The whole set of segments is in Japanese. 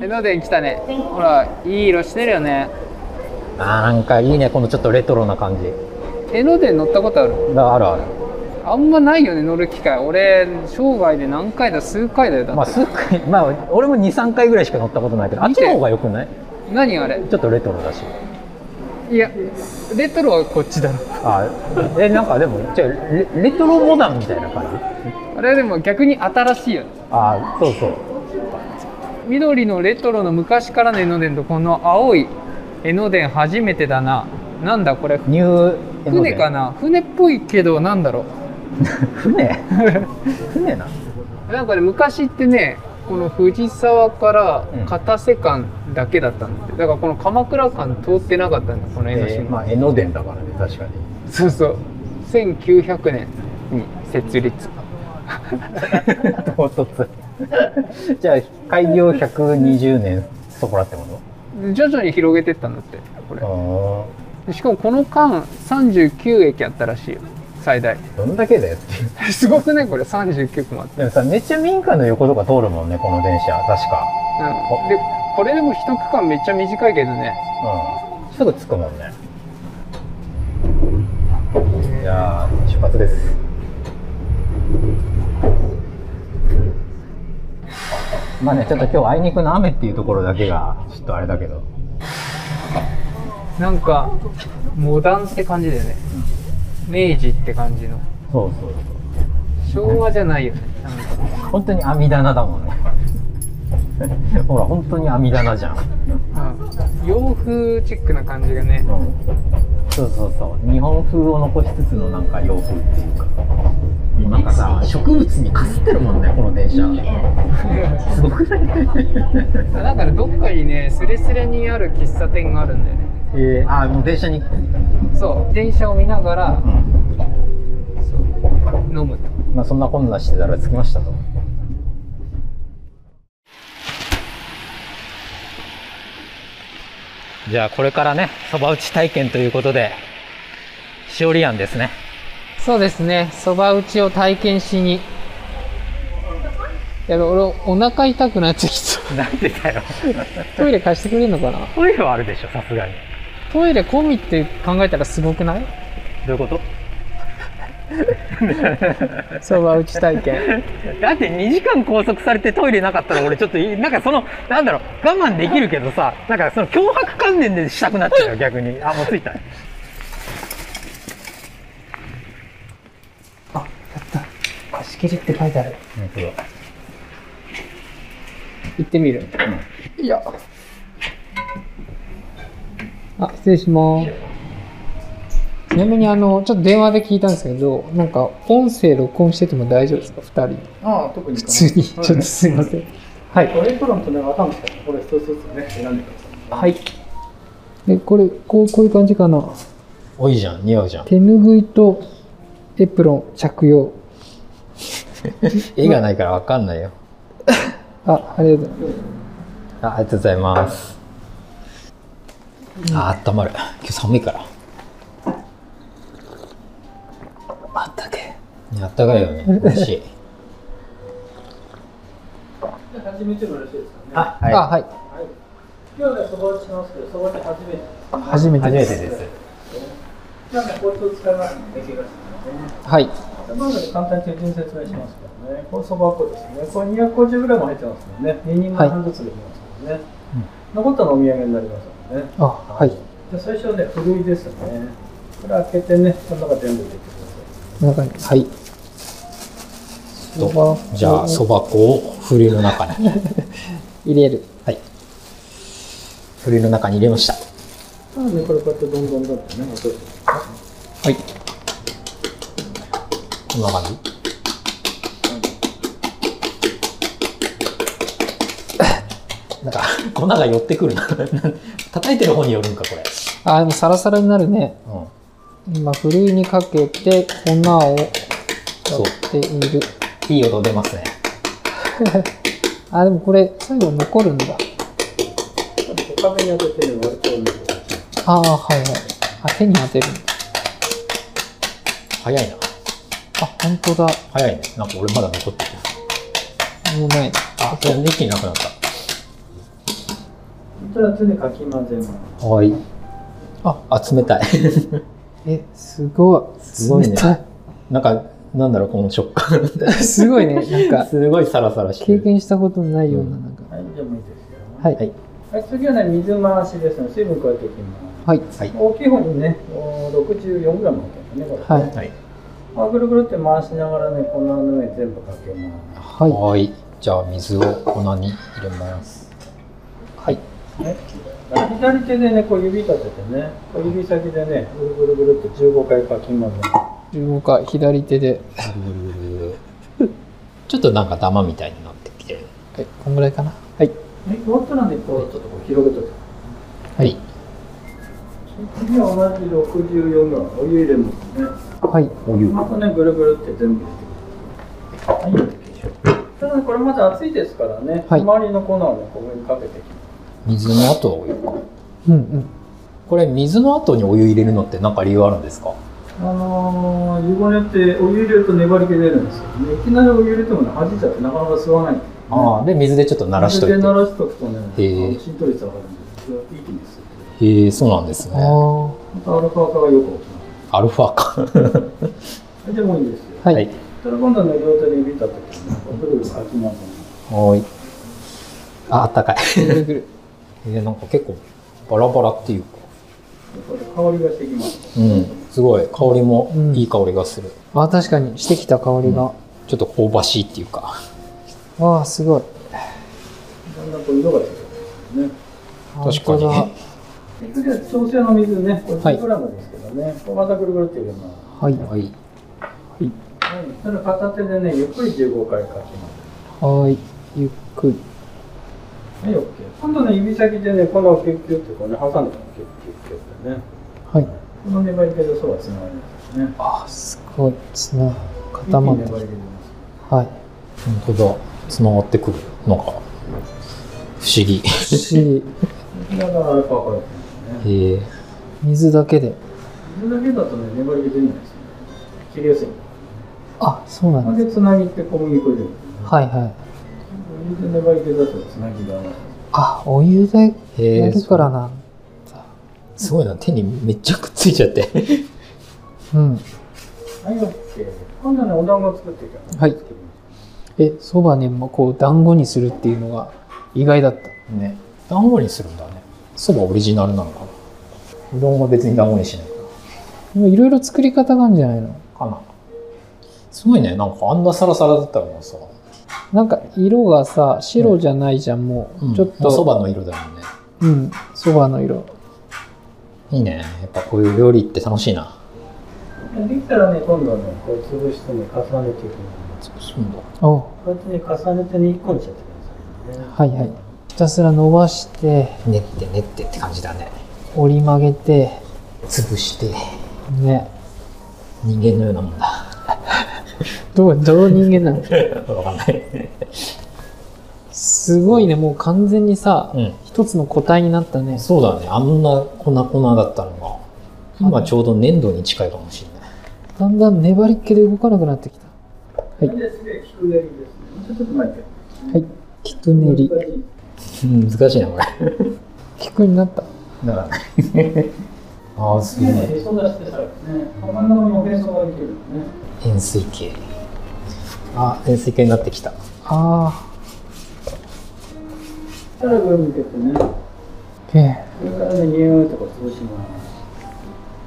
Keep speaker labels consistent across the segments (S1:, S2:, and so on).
S1: 江ノ電来たねほらいい色してるよね
S2: あーなんかいいねこのちょっとレトロな感じ
S1: 江ノ電乗ったことある
S2: があるある
S1: あんまないよね乗る機会俺生涯で何回だ数回だよだって、
S2: まあすっごいまあ俺も23回ぐらいしか乗ったことないけどあっ
S1: 見
S2: ち
S1: て
S2: の方がよくない
S1: 何あれ
S2: ちょっとレトロだし
S1: いやレトロはこっちだろ
S2: あーえなんかでもじゃあレレトロモダンみたいな感じ
S1: あれでも逆に新しいよね
S2: あーそうそう
S1: 緑のレトロの昔からの江ノ電とこの青い江ノ電初めてだななんだこれ
S2: ニュー
S1: 船か
S2: な
S1: な船っぽいけどなんだろ
S2: 船船な
S1: うなんかね昔ってねこの藤沢から
S2: うん
S1: 片瀬間だけだったんだってだからこの鎌倉間通ってなかったんだこの江ノ島、
S2: えーまあ江ノ電だからね確 かに
S1: そうそう1900年に設立
S2: 唐突じゃあ開業120年そこらってこ
S1: 徐々に広げてったんだってこれ
S2: と
S1: でしかもこの間39駅あったらしいよ最大
S2: どんだけだよっていう
S1: すごくないこれ39個もあって、
S2: でもさめっちゃ民家の横とか通るもんねこの電車確か
S1: うん、でこれでも一区間めっちゃ短いけどね
S2: うんすぐ着くもんねいやー出発ですまあねちょっと今日あいにくの雨っていうところだけがちょっとあれだけど
S1: なんかモダンって感じだよね明治って感じの
S2: そうそうそう
S1: 昭和じゃないよねなんか
S2: 本当に網棚だもんね ほら本当に網棚じゃん、
S1: うん、洋風チックな感じがね
S2: そうそうそう日本風を残しつつのなんか洋風っていうかもうなんかさ植物にかすってるもんねこの電車すごくない
S1: だからどっかにねスレスレにある喫茶店があるんだよね
S2: えー、あーもう電車に、うん
S1: そう電車を見ながらそう飲むと
S2: まあ、そんなこんなしてたら着きましたとじゃあこれからねそば打ち体験ということでしおり庵ですね
S1: そうですねそば打ちを体験しにいや俺お腹痛くなってきた
S2: なんでだ よ
S1: トイレ貸してくれるのかな
S2: トイレはあるでしょさすがに
S1: トイレ込みって考えたらすごくない
S2: どういうこと
S1: そば打ち体験
S2: だって2時間拘束されてトイレなかったら俺ちょっといなんかそのなんだろう我慢できるけどさなんかその脅迫観念でしたくなっちゃうよ逆にあもう着いた
S1: 貸 し切りって書いてある行ってみる、いやあ失礼しますちなみにあのちょっと電話で聞いたんですけどなんか音声録音してても大丈夫ですか2人
S3: ああ、特に
S1: 普通にちょっとすいませんはい
S3: トレントロンとね、わかんないですからこれ一つずつね、選んでください。
S1: はいでこれこうこういう感じかな
S2: おいいじゃん似合うじゃん
S1: 手拭いとエプロン着用
S2: 絵がないから分かんないよ
S1: あありがとうございます
S2: あありがとうございますああったまる今日寒いから
S1: あったけ
S2: あったかいよね美味しい
S3: じゃあ、初めてのらしいですかね。
S2: あ
S1: あ
S2: は
S1: はい
S3: 今日はね、そば打ちなんですけど、そば打ち初めて。
S1: 初め
S2: い
S1: て
S2: 初め
S1: で
S2: て
S1: す
S2: です
S3: じゃあね、これと使いますね、できるらしいですね。
S1: はい
S3: じゃあまず簡単に手順説明しますけどね、これそば粉ですね。これ 250g 入ってますもんね。2人前半ずつできますもんね。残ったのお土産になりますもんね。
S1: あはい
S3: じゃあ、最初はね、ふるいですね。これ開けてね、この中全部入れてください。
S1: 中にはい
S2: とじゃあそば粉をふりの中に
S1: 入れる
S2: はいふりの中に入れました
S3: なので、これこうやってどんどんどんどんね、落として。
S1: はい
S2: こんな感じ なんか粉が寄ってくるな 叩いてる方に寄るんかこれ、
S1: あでもサラサラになるね
S2: うん、
S1: 今ふるいにかけて粉をやっている
S2: いい音出ますね
S1: あでもこれ最後残るんだ
S3: 小壁に当ててね、割とね、
S1: ああはいはいあ手に当てるんだ
S2: 早いな
S1: あ本当だ
S2: 早いねなんか俺まだ残ってる
S1: もうない
S2: あそれ一気になくなった
S3: 2つでかき混ぜます。
S2: はい。あ、冷 たい。
S1: え、すごい。
S2: すごいね
S1: 冷たい。
S2: なんか、なんだろう、この食 感。
S1: すごいね。なんか、
S2: すごいサラサラして
S1: 経
S2: る。
S1: 験したことのないような、
S2: うん
S1: なんか。
S3: はい、じゃあもういいですよ。
S1: はいい。
S3: はい、次はね、水回しですので、水分加えていきます。
S1: はい。
S2: はい。
S3: 大きい方にね、64グラム入ってますね、これ。
S1: はい。
S2: はい。
S3: まあ、ぐるぐるって回しながらね、粉の上に全部かけま
S1: は
S2: はい。じゃあ、水を粉に入れます。はい。
S3: す。ね、左手でね、こう指立ててね、こう指先でね、ぐるぐるぐるって15回かき混ぜま
S1: い。15回、左手で。
S2: ちょっとなんかダマみたいになってきてる。
S1: はい。こんぐらいかな。はい。
S3: す。はい、もっとなんでこう、ちょっとこう広げといて。
S2: はい。
S3: 次は同じ64グラム、お湯入れますね。
S1: はい。
S2: お湯。
S3: またね、ぐるぐるって全部入れてください。はい、ただね、これまだ熱いですからね、
S1: はい
S3: 周りの粉をね、ここにかけていきま
S2: 水
S3: す。
S2: の後はお湯か。
S1: うんうん。
S2: これ、水の後にお湯入れるのって何か理由あるんですか
S3: あのー、湯ごねってお湯入れると粘り気出るんですよね。いきなりお湯入れてもね、弾いちゃってなかなか吸わないんですよね。
S2: ああ、で、水でちょっと
S3: あ
S2: 慣らしとい
S3: で
S2: て
S3: 慣。らしとくとね、あ
S2: へえ
S3: の浸透率上がるんですよ。一気に吸って。
S2: へえ、そうなんです
S1: あ
S2: ね。
S1: あ。は
S3: またアルファ化がよく起きま
S2: アルファか。
S3: す。はい、でもういいですよ。
S1: い。。
S3: それ今度ね、両手で指立てて、ね、ぐるぐるかき混ぜ
S2: はい。あ、あったかい。
S1: ぐるぐる。
S2: えー、なんか結構バラバラっていうか、
S3: ます。これで香りがしてきます。
S2: うん、すごい香りも
S1: うん
S2: いい香りがする、
S1: あ、確かにしてきた香りが。
S2: ちょっと香ばしいっていうか
S1: わあ、すごい。
S3: だんだんこう色がついてくるんです
S2: 確か
S3: よね。
S1: 本
S2: に
S1: 当だ
S3: で次は調整の水ね、
S2: はい
S3: 50g ですけどね、これまたぐるぐるって入れます。
S1: はい。
S2: はい
S3: はい、それ片手でね、ゆっくり15回かき混ぜます。
S1: はい。ゆっくり。
S3: はい、OK。今度ね、指先でね、このキュッキュッってこうね、挟んで、キュッキュッキュッってね。
S1: はい。
S3: この粘り気でそうはつながりますね。
S1: あ、すごい。つな、固まって
S3: 一気に粘り
S1: る。
S3: 気出ます。
S1: はい。
S2: 本当だつながってくるのか不思議
S1: 不思議。
S3: だからアルファからですね。
S2: へえ
S1: 水だけで。
S3: 水だけだとね、粘り気出ないですね。切りやすい。
S1: あ、そうなんだ。
S3: で、つなぎって小麦粉入れる。
S1: はいはい。
S3: 水で粘り気出すとつなぎが合わない。
S1: あ、お湯で
S2: へえ
S1: やるからなんだ。
S2: すごいな手にめっちゃくっついちゃって
S1: うん。
S3: はい、OK。今度ね、お団子作っていきます。
S1: はい。え、そばね、もうこう団子にするっていうのが意外だった。
S2: ね団子にするんだねそばオリジナルなのかなうどんは別に団子にしない
S1: でもいろいろ作り方があるんじゃないの
S2: かなすごいねなんかあんなサラサラだったらもうさ
S1: なんか色がさ、白じゃないじゃん、もう。ちょっ
S2: もうそ
S1: と、
S2: ばの色だもんね
S1: うん、そばの色。
S2: いいねやっぱこういう料理って楽しいな
S3: できたらね、今度はね、こう潰してね、重ねていく。
S2: そうすんだ
S1: お
S3: こうやってね、重ねてね、一個にしちゃってくださいね。
S1: はいはい。ひたすら伸ばして、
S2: 練って練ってって感じだね
S1: 折り曲げて、
S2: 潰して
S1: ね。
S2: 人間のようなもんだ
S1: どう、どう人間なの
S2: わかんない
S1: すごいね、もう完全にさ、
S2: う
S1: 一つの個体になったね
S2: ん。そうだねあんな粉粉だったのが今ちょうど粘土に近いかもしれない
S1: だんだん粘りっ気で動かなくなってきた。はい
S3: で次は菊練りですね。もうちょっと前で。
S1: はい。きくねり。
S2: 難しいなこれ
S1: きくになった。
S2: だからね ああすごい
S3: ね、へそ出してさ、ね、真ん中におへそができるのね。
S2: 円錐形あ円錐形になってきた
S1: あ
S3: そしたら上向けてね、こ
S1: ー。え
S3: れからね、ニューとか潰します。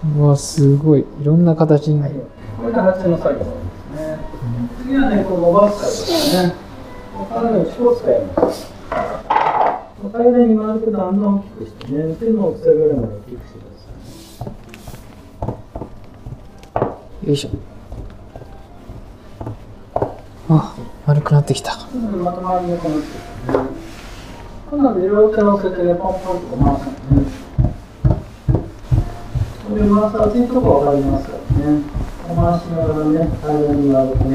S1: え。うわ、すごい。いろんな形に。
S3: これが発の作業ですね。次はね、こう伸ばす作業ですね。ここからね、後ろを使います。お互いに丸くだんだん大きくしてね、手の大きさぐらいまで大きくしてください。
S1: よいしょ。あ、丸くなってきた。
S3: まとまりがこの今度は両手を乗せてね、ポンポンと回すのね。これ回す熱いとこわかりますからね。回しながらね、体に回るね、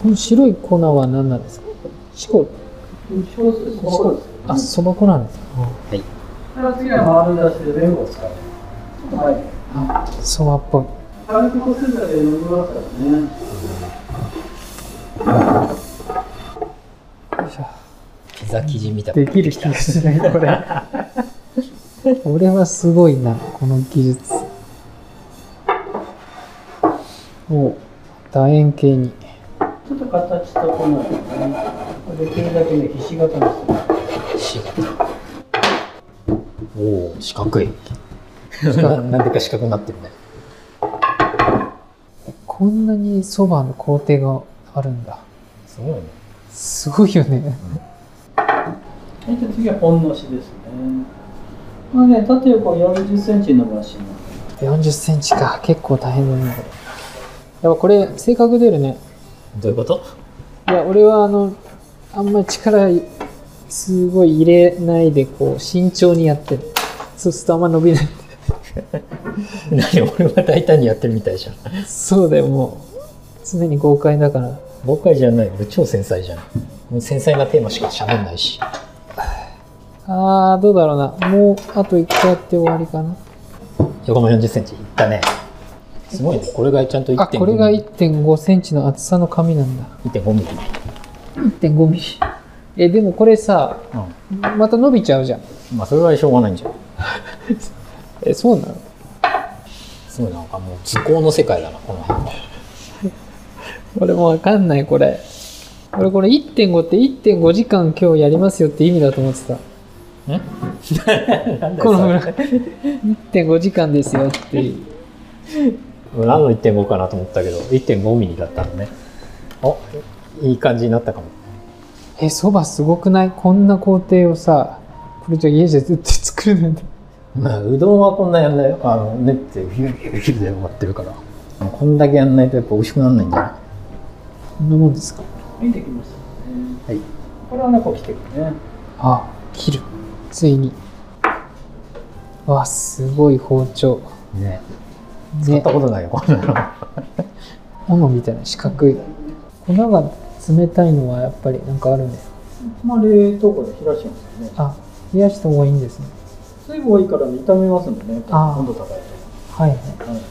S1: この白い粉は何なんですかしこ、
S3: 小数そうですよね。
S1: あ、そば粉なんですか
S3: それは次は回る出しで弁護を使う。ちょっと前に。
S1: あ、そばっぽい。
S3: 軽くこするだけで伸びますからね。
S1: よいしょ。
S2: ピ膝生地見た
S1: できる気がしない、これ。俺はすごいな、この技術。お楕円形に。
S3: ちょっと形整えるね。できるだけね、ひし形に
S2: 仕
S3: する。
S2: 事おお四角い
S1: 角
S2: ななんでか四角になってるね
S1: こんなにそばの工程があるんだ。
S2: すごいね
S1: すごいよね。
S3: はい、じゃあ次は本のしですね。まあね、縦横40センチ伸ばします。
S1: 40センチか。結構大変だね、これ。やっぱこれ、性格出るね。
S2: どういうこと
S1: いや、俺はあの、あんまり力い、すごい入れないで、こう、慎重にやってる。そうするとあんま伸びない。
S2: 何俺は大胆にやってるみたいじゃん
S1: そうだよ、もう。常に豪快だから。
S2: 僕はじゃない俺超繊細じゃんもう繊細なテーマしか喋んないし
S1: あー、どうだろうな。もう、あと1回やって終わりかな。
S2: 横も4 0ンチいったねすごいねこれがちゃんと1.5
S1: あ、これが
S2: ミリ
S1: 1.5センチの厚さの紙なんだ。
S2: 1.5ミリ
S1: 1.5ミリ。え、でもこれさ、また伸びちゃうじゃん。
S2: まあそれはしょうがないんじゃん
S1: え、そうなの
S2: すごいなんかもう図工の世界だなこの辺は
S1: 俺もわかんない、これ。俺これ1.5って1.5時間今日やりますよって意味だと思ってた。
S2: なん だ
S1: この
S2: よそ
S1: 村
S2: れ
S1: 1.5時間ですよっていう
S2: 何の1.5かなと思ったけど1.5ミリだったのねあいい感じになったかも
S1: えそばすごくないこんな工程をさこれじゃ家じゃ絶対作れないんだ
S2: まあうどんはこんなやんないよあの練ってヒューヒューヒューで終わってるからこんだけやんないとやっぱ美味しくならないんじゃない
S1: こんなもんですか
S3: 見てきましたね。
S2: はい。
S3: これはね、こう来てるね。
S1: あ切るついにわすごい包丁
S2: ね使っ
S1: ね
S2: たことないよこんなの
S1: 斧みたいな四角い粉が冷たいのはやっぱりなんかあるんです
S3: まあ、冷凍庫で冷やしますよね。
S1: あ冷やした方がいいんですね
S3: 水分多いからね炒めますんでね、
S1: あー
S3: 温度高い
S1: はいはい
S3: と。はい、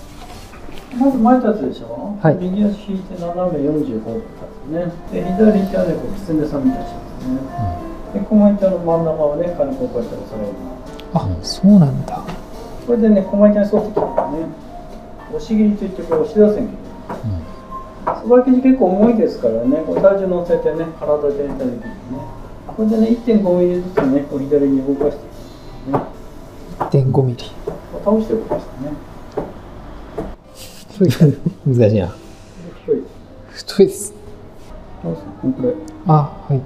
S3: まず前立つでしょ、
S1: はい
S3: 右足引いて斜め45度立つね。で、左手はね、こう、きつねさんみたいにしますね。で、駒板の真ん中をね、軽くこうやって押さえます。
S1: あそうなんだ
S3: これでね、駒板に沿って切るからね。押し切りといって、こう、押し出せんけど。そば生地結構重いですからね、こう体重乗せてね、体全体的にね。これでね、1.5ミリずつね、こう左に動かしていくんですね。
S1: 1.5ミリ
S3: こう倒して動かして
S2: う
S3: ね。
S2: ん 難しいな
S3: 低いです。
S1: 太いです
S3: 倒すのこれ。
S1: あはい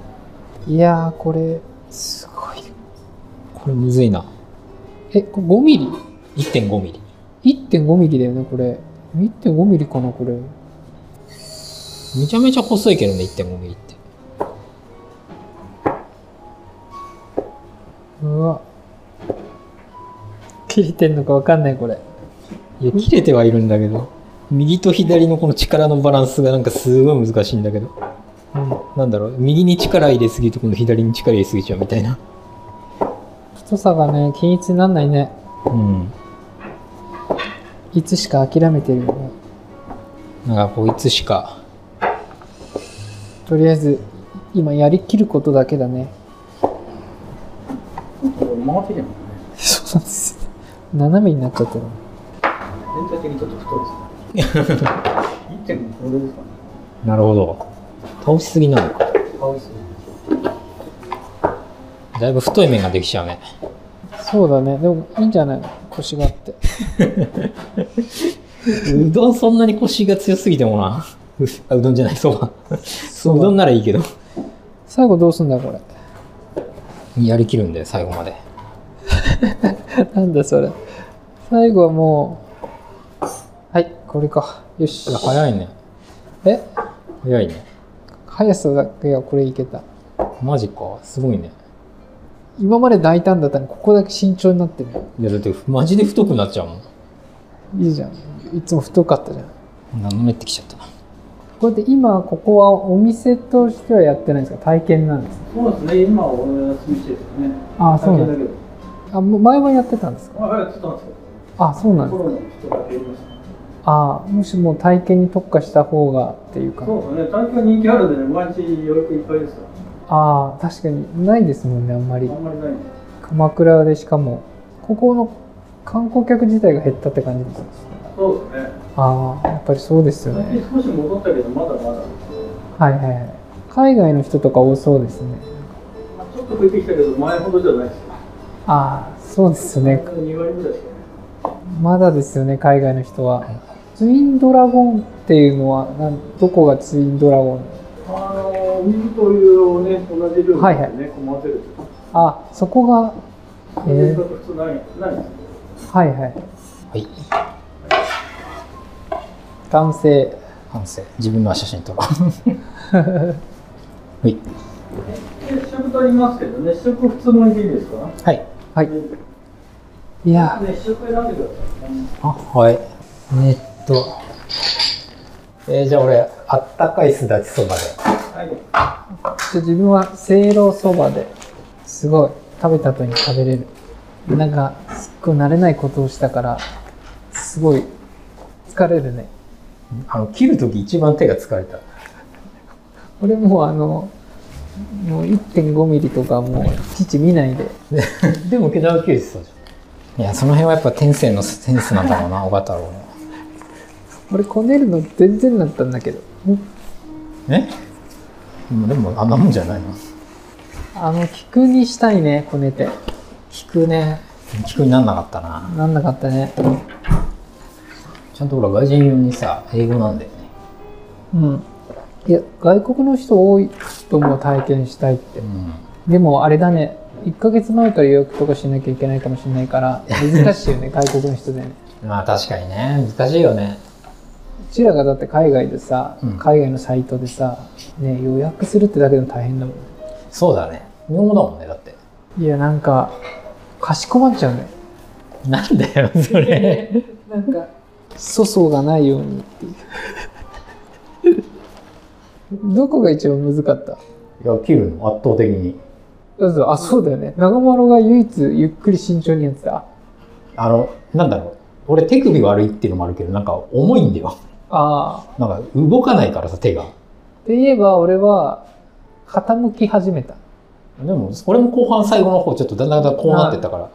S1: いやーこれすごい
S2: これむずいな
S1: えこれ5ミリ
S2: 1.5ミリ
S1: 1.5ミリだよねこれ1.5ミリかなこれ
S2: めちゃめちゃ細いけどね1.5ミリって
S1: うわ切れてんのかわかんないこれ
S2: いや切れてはいるんだけど右と左のこの力のバランスがなんかすごい難しいんだけどなんだろう右に力入れすぎて今度左に力入れすぎちゃうみたいな
S1: 太さがね均一になんないね
S2: うん
S1: いつしか諦めてるよね
S2: なんかこういつしか
S1: とりあえず今やりきることだけだね
S3: ちょっとこれ回ってきてもね。
S1: そうなんです斜めになっちゃってる
S3: 全体的にちょっと太いですね。1.5これ ですかね。
S2: なるほど倒しすぎなのか
S3: 倒す。
S2: だいぶ太い面ができちゃうね
S1: そうだねでもいいんじゃない腰があって
S2: うどんそんなに腰が強すぎてもなう あうどんじゃないそばそううどんならいいけど
S1: 最後どうすんだこれ
S2: やりきるんだよ最後まで
S1: なんだそれ最後はもうはいこれかよし
S2: いや早いね
S1: え
S2: 早いね
S1: 速さだけはこれいけた
S2: マジかすごいね
S1: 今まで大胆だったのにここだけ慎重になってる
S2: いやだってマジで太くなっちゃうも
S1: いいじゃんいつも太かったじゃん
S2: ん斜めってきちゃった
S1: これで今ここはお店としてはやってないんですか体験なんですか
S3: そうですね、今はお休みしてですね。
S1: ああそうなん
S3: だ
S1: で
S3: けど。
S1: すあもう前はやってたんですか
S3: あ、はい、ちょっと待ってくだ
S1: あそうな
S3: さい
S1: ん
S3: コ
S1: です
S3: ロナの人が減りました。
S1: ああもしもう体験に特化した方がっていうか
S3: そうですね、体験人気あるんでね、毎日予約いっぱいですから。
S1: ああ、確かにないですもんね、あんまり
S3: あ。んまりないね
S1: 鎌倉でしかも、ここの観光客自体が減ったって感じです。
S3: そうですね
S1: ああ、やっぱりそうですよ
S3: 最
S1: ね。
S3: 近少し戻ったけどまだまだですね
S1: はいはいはい。海外の人とか多そうですね。
S3: まあちょっと増えてきたけど前ほどじゃないですよ
S1: ああ、そうですよね。
S3: 2割ぐらいしかない
S1: まだですよね、海外の人は。ツインドラゴンっていうのは、なんどこがツインドラゴン
S3: あのお水というをね同じ量
S1: はいは
S3: で
S1: い
S3: ね困ってるってこ
S1: あ、そこが、
S3: と
S1: え
S3: そういう
S1: ー
S3: 方普通ないないですね
S1: はいはい。
S2: はい。
S1: 男性。
S2: 反省。自分のは写真撮ろ う。はい。
S3: 試食と言いますけどね試食普通のいいですか
S2: はい。
S1: はい。いや
S3: ね試食選んでくださいね
S2: あ、はい。えーっと。えー、じゃあ俺、あったかいすだちそばで。
S3: はい
S1: ー、自分はせいろそばで、すごい、食べた後に食べれる。なんか、すっごい慣れないことをしたから、すごい、疲れるね。
S2: あの、切るとき一番手が疲れた。
S1: 俺もうあの、もう1.5ミリとかもう、いちいち見ないで。
S2: ででも、毛玉切れてたじゃん。いや、その辺はやっぱ天性のセンスなんだろう な、小型郎の。
S1: 俺こねるの全然だったんだけど。
S2: えでも、あんなもんじゃないの
S1: あの、菊にしたいね、こねて。
S2: 菊ね。菊になんなかったな。
S1: なんなかったね。
S2: ちゃんとほら外人用にさ英語なんだよね
S1: うん。いや、外国の人多いと思う、体験したいって
S2: う。ん
S1: でもあれだね、1ヶ月前から予約とかしなきゃいけないかもしれないから、難しいよ ね、外国の人でね。
S2: まあ確かにね難しいよね
S1: うちらがだって海外でさ、
S2: うん
S1: 海外のサイトでさ、ね、予約するってだけでも大変だもん。
S2: そうだね日本語だもんねだって
S1: いや、なんか、かしこまっちゃうね。
S2: なんだよそれ
S1: なんか、粗相がないようにっていう。 どこが一番むずかった
S2: いや切るの圧倒的に
S1: そうそうあ、そうだよね。長丸が唯一ゆっくり慎重にやってた。
S2: あのなんだろう俺手首悪いっていうのもあるけどなんか重いんだよ
S1: ああ。
S2: なんか動かないからさ手が
S1: で言えば俺は傾き始めた。
S2: でも俺も後半最後の方ちょっとだんだんだんだんこうなってったから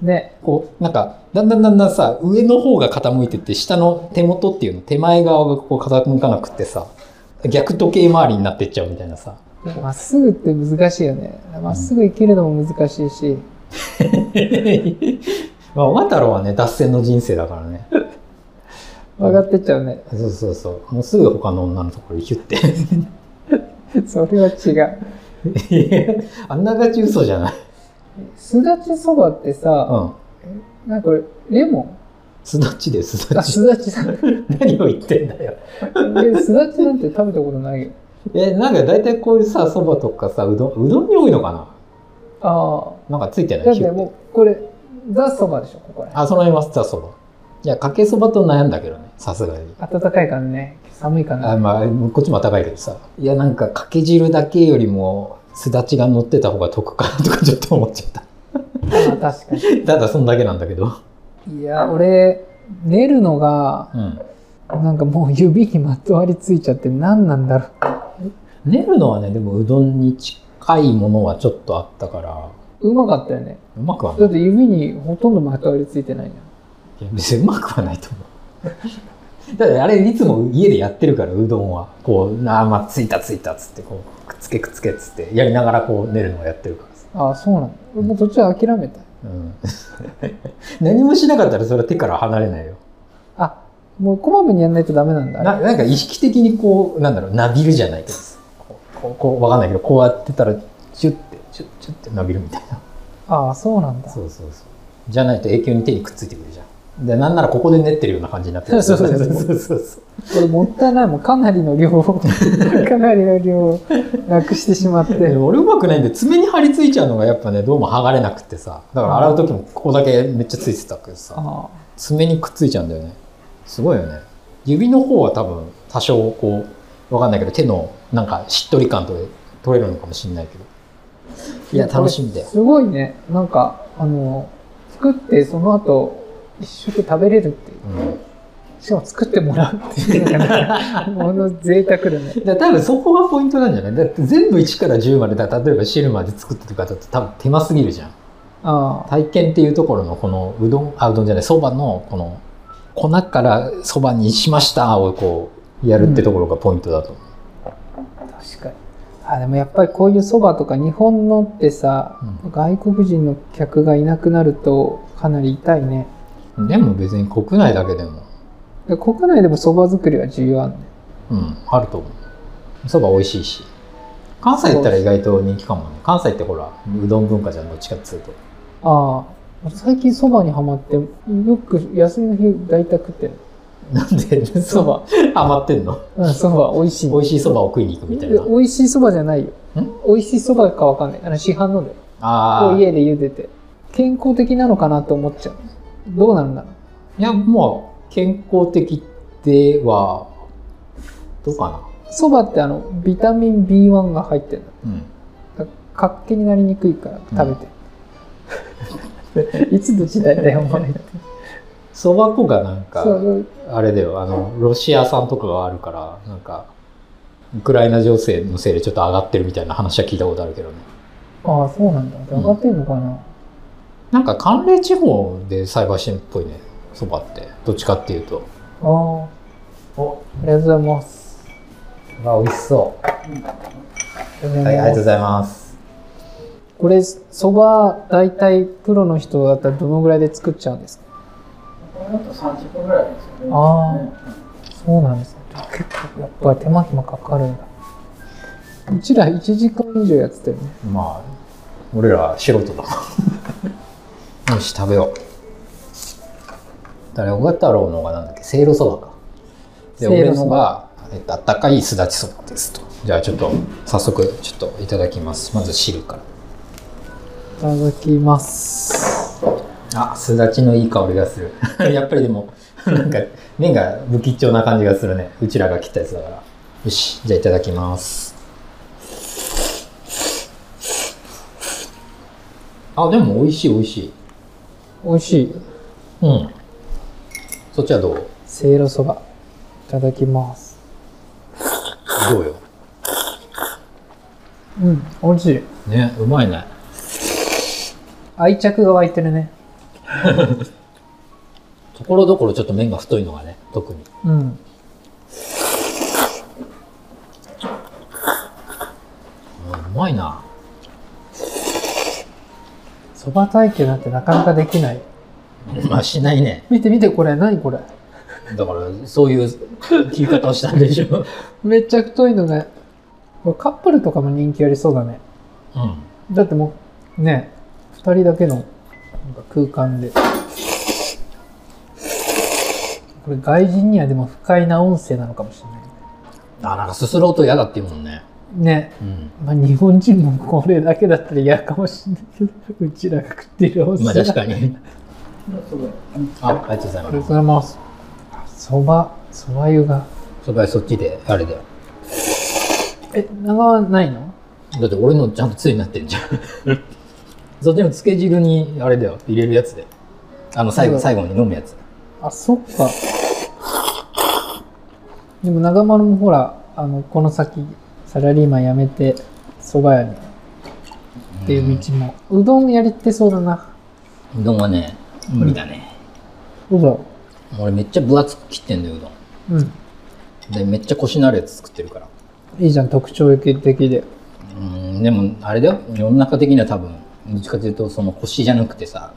S1: ね。
S2: こうなんかだんだんだんだんさ上の方が傾いてって下の手元っていうの手前側がこう傾かなくってさ逆時計回りになってっちゃうみたいなさ
S1: まっすぐって難しいよね。まっすぐ生きるのも難しいし。
S2: まあ、小太郎はね、脱線の人生だからね。
S1: 曲がってっちゃうね。
S2: そうそうそう。もうすぐ他の女のところにヒ ュっ
S1: それは違う。
S2: て。あんながち嘘じゃない。
S1: すだちそばって
S2: う
S1: さ、
S2: ん。
S1: なんかこれ、レモン
S2: すだちです、すだ
S1: あ、
S2: ち
S1: す。だちさん。
S2: 何を言ってんだよ。
S1: えすだちなんて食べたことないよ。
S2: え、なんか大体こういうさ、そばとかさ、うどん、うどんに多いのかな
S1: あ
S2: なんかついて
S1: あ。
S2: ない
S1: だっ
S2: ヒ
S1: て
S2: ュッて
S1: もう、これ、ザそばでしょ、ここら
S2: あ、その辺はさ、そば。いや、かけそばと悩んだけどね、さすがに。
S1: 辺。暖かいからね。寒いか
S2: あ
S1: らね。
S2: まあ、こっちも高いけどさ。いや、なんかかけ汁だけよりも、すだちが乗ってた方が得かなとかちょっと思っちゃった。
S1: あ確かに。
S2: ただ、そんだけなんだけど。
S1: いや、俺、寝るのが、
S2: うん。
S1: なんかもう指にまとわりついちゃって何なんだろう。
S2: 練るのはねでもうどんに近いものはちょっとあったから
S1: うまかったよね。
S2: うまくはな
S1: だ
S2: い
S1: って指にほとんどまとわりついてないない
S2: や別にうまくはないと思う だってあれいつも家でやってるからうどんはこうなあまあついたついたっつってこうくっつけくっつけっつってやりながらこう練るのをやってるからさ、
S1: ああそうなんだ俺もう途中諦めた
S2: うん 何もしなかったらそれは手から離れないよ
S1: あもうこまめにやんないとダメなんだあ
S2: ななんか意識的にこうなんだろうなびるじゃないけどさこうこうこうわかんないけどこうやってたらチュッてチュッチュッてなびるみたいな
S1: ああ そうなんだ
S2: そうそうそう。じゃないと永久に手にくっついてくるじゃん。で、なんならここで練ってるような感じになってる。
S1: そうそうそう
S2: そうそうそう。
S1: これもったいないもうかなりの量 をかなりの量をなくしてしまって
S2: で俺うまくないんで爪に張り付いちゃうのがやっぱねどうも剥がれなくてさだから洗う時もここだけめっちゃついてたけどさ
S1: あ
S2: 爪にくっついちゃうんだよねすごいよね指の方は多分多少こうわかんないけど手のなんかしっとり感とか取れるのかもしれないけどいや楽しみだ
S1: あ
S2: よ
S1: すごいねなんかあの作ってその後一食食べれるっていう
S2: うん
S1: しかも作ってもらうっていうのが ね、もの贅沢だね。
S2: だから多分そこがポイントなんじゃないだって全部1から10までだ例えば汁まで作ってとかだと多分手間すぎるじゃん
S1: ああ、
S2: 体験っていうところのこのうどんあうどんじゃないそばのこの粉からそばにしましたをこうやるってところがポイントだと思う、
S1: 確かに。あ、でもやっぱりこういうそばとか日本のってさ、
S2: うん
S1: 外国人の客がいなくなるとかなり痛いね。
S2: でも別に国内だけでも、
S1: で国内でもそば作りは需要あるね。
S2: うん、あると思うそば美味しいし関西行ったら意外と人気かもね関西ってほらうどん文化じゃんどっちかっつうと
S1: ああ、最近そばにはまって、よく休みの日大体食ってる。
S2: なんでそば余ってんの
S1: うん、そば美味しい。
S2: 美味しいそばを食いに行くみたいな
S1: で美味しいそばじゃないよ。美味しいそばかわかんない。あの市販ので。
S2: あ
S1: を
S2: あ
S1: 家で茹でて。健康的なのかなと思っちゃう。どうなんだろ
S2: いや、もう、健康的では、どうか
S1: う。そばってあの、ビタミン B1 が入ってる
S2: な。うん。
S1: の。活気になりにくいから食べて。 いつの時代だよ、お前。
S2: そば粉がなん
S1: そ
S2: か、
S1: う、
S2: あれだよ、あの、ロシア産とかがあるから、なんか、ウクライナ情勢のせいでちょっと上がってるみたいな話は聞いたことあるけどね。
S1: ああ、そうなんだ。上がってんのかな。
S2: なんか、寒冷地方で栽培してるっぽいね、そばって。どっちかっていうと。
S1: ああ。
S2: お、
S1: ありがとうございます。
S2: あ、美味しそう。
S1: ありがとうご
S2: は
S1: ざ
S2: い、
S1: い
S2: あ
S1: ます
S2: りがとうございます。
S1: これ、そば、大体、プロの人だったらどのぐらいで作っちゃうんですか
S3: これだと30分ぐらいですよね。
S1: あー
S3: ね
S1: そうなんですね。結構、やっぱり手間暇かかるんだ。うちら1時間以上やってたよね。
S2: まあ、俺ら素人だ。 よし、食べよう。だから、小型太郎のがなんだっけ、せいろそばか。で、
S1: せい
S2: 俺
S1: ろそば
S2: のが、えっと、あったかいすだちそばですと。じゃあ、ちょっと、早速、ちょっといただきます。まず汁から。
S1: いただきます。
S2: あ、すだちのいい香りがする。やっぱりでも、なんか、麺が不吉祥な感じがするね。うちらが切ったやつだから。よし、じゃあいただきます。あ、でも美味しい美味しい。
S1: 美味しい。
S2: うん。そっちはどう
S1: せいろそば。いただきます。
S2: どうよ。
S1: うん、美味しい。
S2: ね、うまいね。
S1: 愛着が湧いてるね。
S2: ところどころちょっと麺が太いのがね、特に。
S1: うん。
S2: うんうまいな。
S1: そば体験なんてなかなかできない。
S2: まあしないね。
S1: 見て見て、これ、何これ。
S2: だから、そういう切り方をしたんでしょ。
S1: めっちゃ太いのが、これカップルとかも人気ありそうだね。
S2: うん。
S1: だってもうね二人だけのなんか空間でこれ外人にはでも不快な音声なのかもしれない
S2: あ、なんかすすろうと嫌だって言うもんね。
S1: ね
S2: うん。
S1: まあ日本人もこれだけだったら嫌かもしれないけどうちらが食ってる音声
S2: まあ確
S1: あ
S2: かに。
S3: すごい。
S2: あ、ありがとうござ
S1: りが
S2: い
S1: とう
S2: ま
S1: ご
S2: す。
S1: ざいますあそばそば湯が
S2: そばそっちで、あれだよ。
S1: え長はないの
S2: だって俺のちゃんとつゆになってんじゃん。そっちの漬け汁に、あれだよ、入れるやつで。あの、最後、最後に飲むやつ。
S1: あそっかでも長丸もほらあのこの先サラリーマン辞めてそば屋にっていう道も、うどんやりてそうだな
S2: うどんはね、無理だね。
S1: うど
S2: 俺めっちゃ分厚く切ってんだよ、うどん。
S1: んうん
S2: で、めっちゃコシのあるやつ作ってるから。
S1: いいじゃん特徴的で
S2: うん、でも、あれだよ、世の中的には多分、どっちかというと、そのコシじゃなくてさ、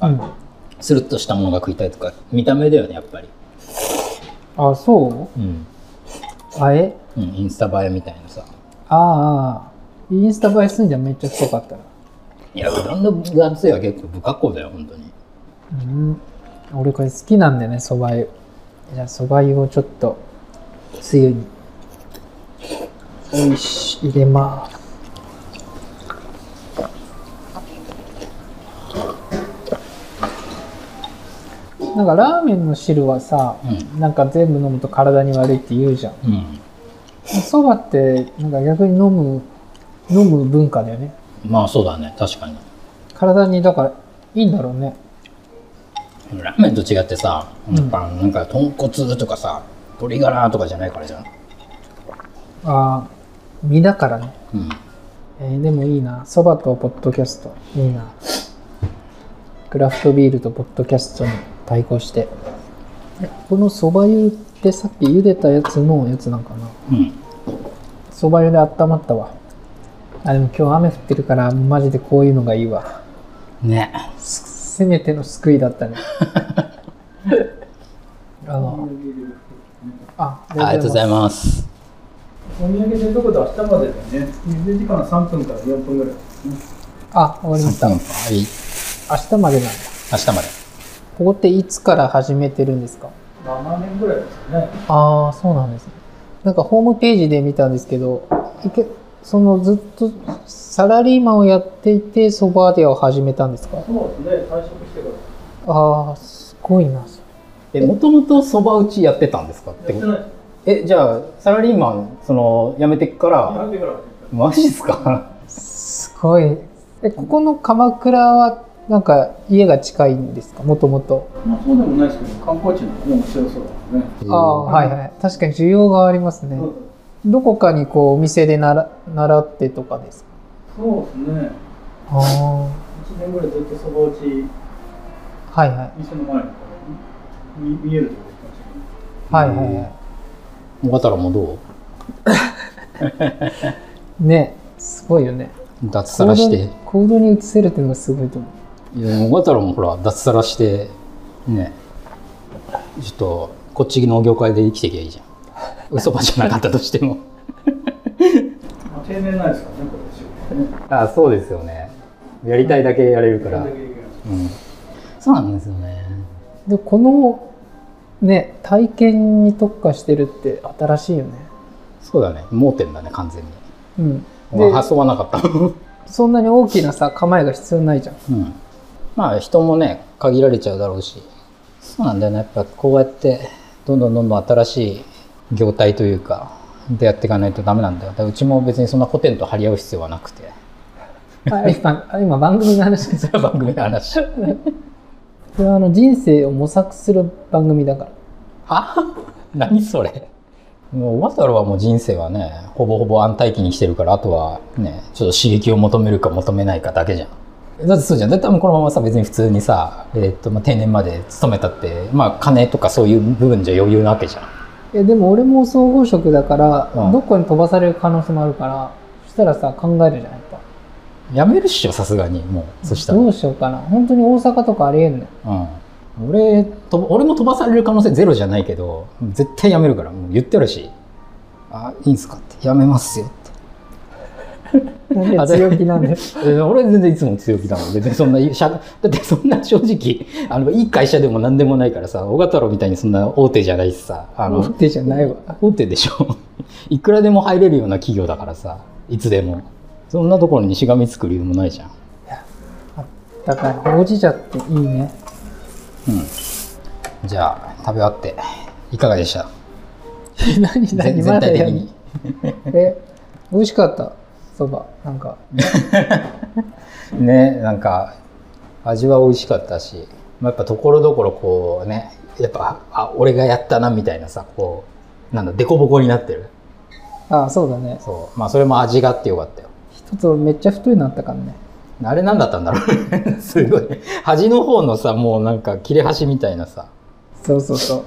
S2: なん
S1: うん
S2: か、スルッとしたものが食いたいとか、見た目だよね、やっぱり。
S1: あそ
S2: うん。
S1: うあえ
S2: うん、インスタ映えみたいなさ。
S1: ああああインスタ映えすんじゃんめっちゃ太かったら
S2: いや、うどんの分厚いは結構不格好だよ、本当に。
S1: うん俺これ好きなんだよねそば湯じゃあそば湯をちょっとつゆによし入れますなんかラーメンの汁はさ、
S2: う
S1: なんか全部飲むと体に悪いって言うじゃん
S2: うん。
S1: そばってなんか逆に飲む飲む文化だよね
S2: まあそうだね、確かに。
S1: 体にだからいいんだろうね
S2: ラーメンと違ってさ、やっぱなんか豚骨とかさ、鶏ガラとかじゃないからじゃん。
S1: ああ、身だからね。
S2: うん。
S1: えーでもいいな。そばとポッドキャスト。いいな。クラフトビールとポッドキャストに対抗して。えこのそば湯ってさっき茹でたやつのやつなんかな。
S2: うん。
S1: そば湯で温まったわ。あ、でも今日雨降ってるから、マジでこういうのがいいわ。
S2: ね。
S1: すせめての救いだったね。あの、あ、
S2: ありがとうございます。
S3: お土産でどこで明日までだよね。水時間3分から4分ぐらい。
S1: あ、終わりました。
S2: は
S1: 明
S2: い。明
S1: 日までなんだ。
S2: 日まで。
S1: ここっていつから始めてるんですか
S3: 7年ぐらいですかね。
S1: ああ、そうなんですね。なんかホームページで見たんですけど、いけそのずっとサラリーマンをやっていて、ソバーディアを始めたんですか
S3: そうですね、退職してから。
S1: ああ、すごいな。
S2: え、もともとそば打ちやってたんですかって
S3: やってないです。
S2: え、じゃあ、サラリーマン、その、辞めてっか
S3: や
S2: ら、
S3: めてから。
S2: マジっすか
S1: すごい。え、ここの鎌倉は、なんか家が近いんですかもともと。
S3: まあそうでもないですけど、観光地の方も面白そうだもんね。
S1: ああ、はいはい。確かに需要がありますね。どこかにこう、お店でなら習ってとかですか
S3: そうですね。
S1: あ
S3: 1年ぐらいずっとそば打ち、
S1: あ、はいはい。
S3: 店の前のところに見見えるところに行ってましたけど。
S1: はいはいはい。
S2: い。小らもど
S1: ねすごいよね。
S2: う脱サラして。
S1: 行動に移せるっていうのがすごいと思う。
S2: いや、小太郎もほら、脱サラして、ね、ちょっと、こっちの業界で生きてきゃいいじゃん。嘘ばじゃなかったとしても。
S3: まあ、定年ないですからね、これ仕事ね。
S2: あそうですよね。やりたいだけやれるか
S3: これだけいけない
S2: うん。そうなんですよね。
S1: で、この、ね、体験に特化してるって新しいよね。
S2: そうだね。盲点だね、完全に。
S1: うん。
S2: まあ
S1: で、
S2: 発想はなかった。 う
S1: そんなに大きなさ、構えが必要ないじゃん。
S2: ん。まあ、人もね、限られちゃうだろうし。そうなんだよね。やっぱこうやって、どんどんどんどん新しい業態というか、でやっていかないとダメなんだよ。だからうちも別にそんな古典と張り合う必要はなくて。
S1: あ 今、あ今番組の話です。
S2: 番組の話。
S1: これはあの人生を模索する番組だから。
S2: は 何それもう小太郎はもう人生はねほぼほぼ安泰期に来てるからあとはねちょっと刺激を求めるか求めないかだけじゃんだってそうじゃんだってもうこのままさ別に普通にさ、えーっとまあ、定年まで勤めたってまあ金とかそういう部分じゃ余裕なわけじゃん
S1: いやでも俺も総合職だから、
S2: うん
S1: どこに飛ばされる可能性もあるから、そしたらさ、考えるじゃん、やっぱ。
S2: やめるっしょさすがにもうそしたら
S1: どうしようかな。本当に大阪とかありえんのよ。
S2: うん、俺と俺も飛ばされる可能性ゼロじゃないけど絶対やめるからもう言ってるし「あいいんすか?」って「やめますよ」って
S1: なん で強気なんです。
S2: え俺は全然いつも強気だもん別にそんなしゃ だってそんな正直 あのいい会社でも何でもないからさ小型郎みたいにそんな大手じゃないしさあ
S1: 思っ
S2: の
S1: てじゃないわ。
S2: 大手でしょ いくらでも入れるような企業だからさいつでもそんなところにしがみつく理由もないじゃん
S1: だから、ほうじ茶っていいね。
S2: じゃあ食べ終わっていかがでした
S1: 何
S2: 全
S1: 何
S2: 全
S1: まだ
S2: 体的
S1: やん
S2: に
S1: え、美味しかった。そば。なんか、
S2: ねなんか味は美味しかったし、まあ、やっぱところどころこうねやっぱあ俺がやったなみたいなさこうなんだ凸凹になってる
S1: あ、そうだね。
S2: そうまあそれも味があってよかったよ
S1: 一つ俺めっちゃ太いなったからね。
S2: あれ何だったんだろうね すごい端の方のさもうなんか切れ端みたいなさ
S1: そうそうそ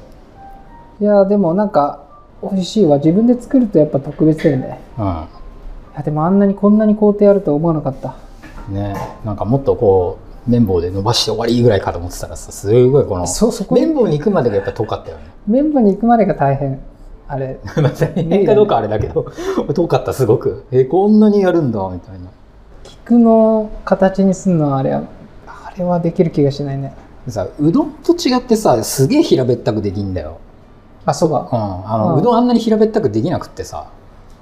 S1: う。いや、でもなんか、美味しいわ。自分で作るとやっぱ特別だよね。
S2: う
S1: いや、でもあんなにこんなに工程あるとは思わなかった。
S2: んねなんかもっとこう綿棒で伸ばして終わりぐらいかと思ってたらさすごいこの
S1: そ、そこ、
S2: 綿棒に行くまでがやっぱ遠かったよ ね
S1: 綿棒に行くまでが大変。あれ。
S2: まあ大変かどうかあれだけど 遠かったすごくえこんなにやるんだみたいな
S1: 菊の形にすんのはあれは、あれはできる気がしないね。
S2: さうどんと違ってさすげえ平べったくできんだよ、
S1: あ、そば。
S2: うんあの
S1: うん
S2: うどんあんなに平べったくできなくってさ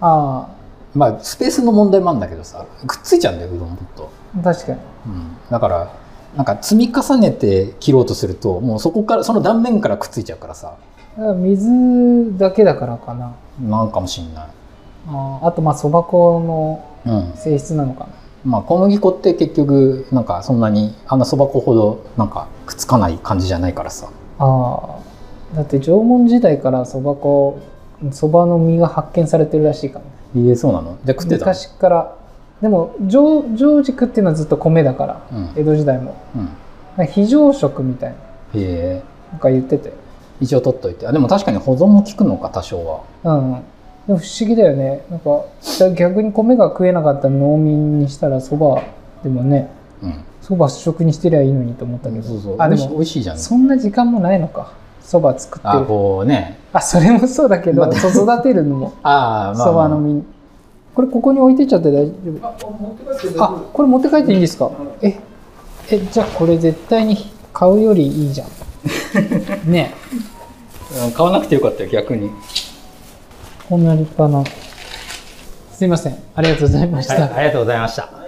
S1: あ
S2: まあスペースの問題もあるんだけどさくっついちゃうんだようどんもっと、
S1: あ、確かに。
S2: うん、だからなんか積み重ねて切ろうとするともうそこからその断面からくっついちゃうからさ
S1: 水だけだからかな
S2: なんかもしんない
S1: あーあとまあそば粉の
S2: うん
S1: 性質なのかな
S2: まあ、小麦粉って結局なんかそんなにあんなそば粉ほどなんかくっつかない感じじゃないからさ
S1: ああだって縄文時代からそば粉そばの実が発見されてるらしいからね
S2: 言えそうなのじゃあ食ってたの
S1: 昔からでも常常食っていうのはずっと米だから
S2: うん
S1: 江戸時代も
S2: うん、
S1: なんか非常食みたいな
S2: へえ
S1: なんか言ってて
S2: 一応取っといてあでも確かに保存も効くのか多少は
S1: うんうんでも不思議だよねなんかじゃあ逆に米が食えなかった農民にしたらそばでもね
S2: うん
S1: そば主食にしてりゃいいのにと思ったけど
S2: そうそう
S1: あで
S2: 美味し美
S1: も
S2: 味しいじゃん
S1: そんな時間もないのかそば作って
S2: あ
S1: る
S2: こうね
S1: あそれもそうだけど
S2: まあ
S1: そう育てるのも
S2: ああまあ
S1: そばの実これここに置いてっちゃって大丈夫
S3: あ、持って帰って大丈
S1: あこれ持って帰っていいんですか
S3: う
S1: ええじゃあこれ絶対に買うよりい いじゃんねえ
S2: うん買わなくてよかったよ逆に
S1: こんな立派なすいませんありがとうございました、
S2: はいありがとうございました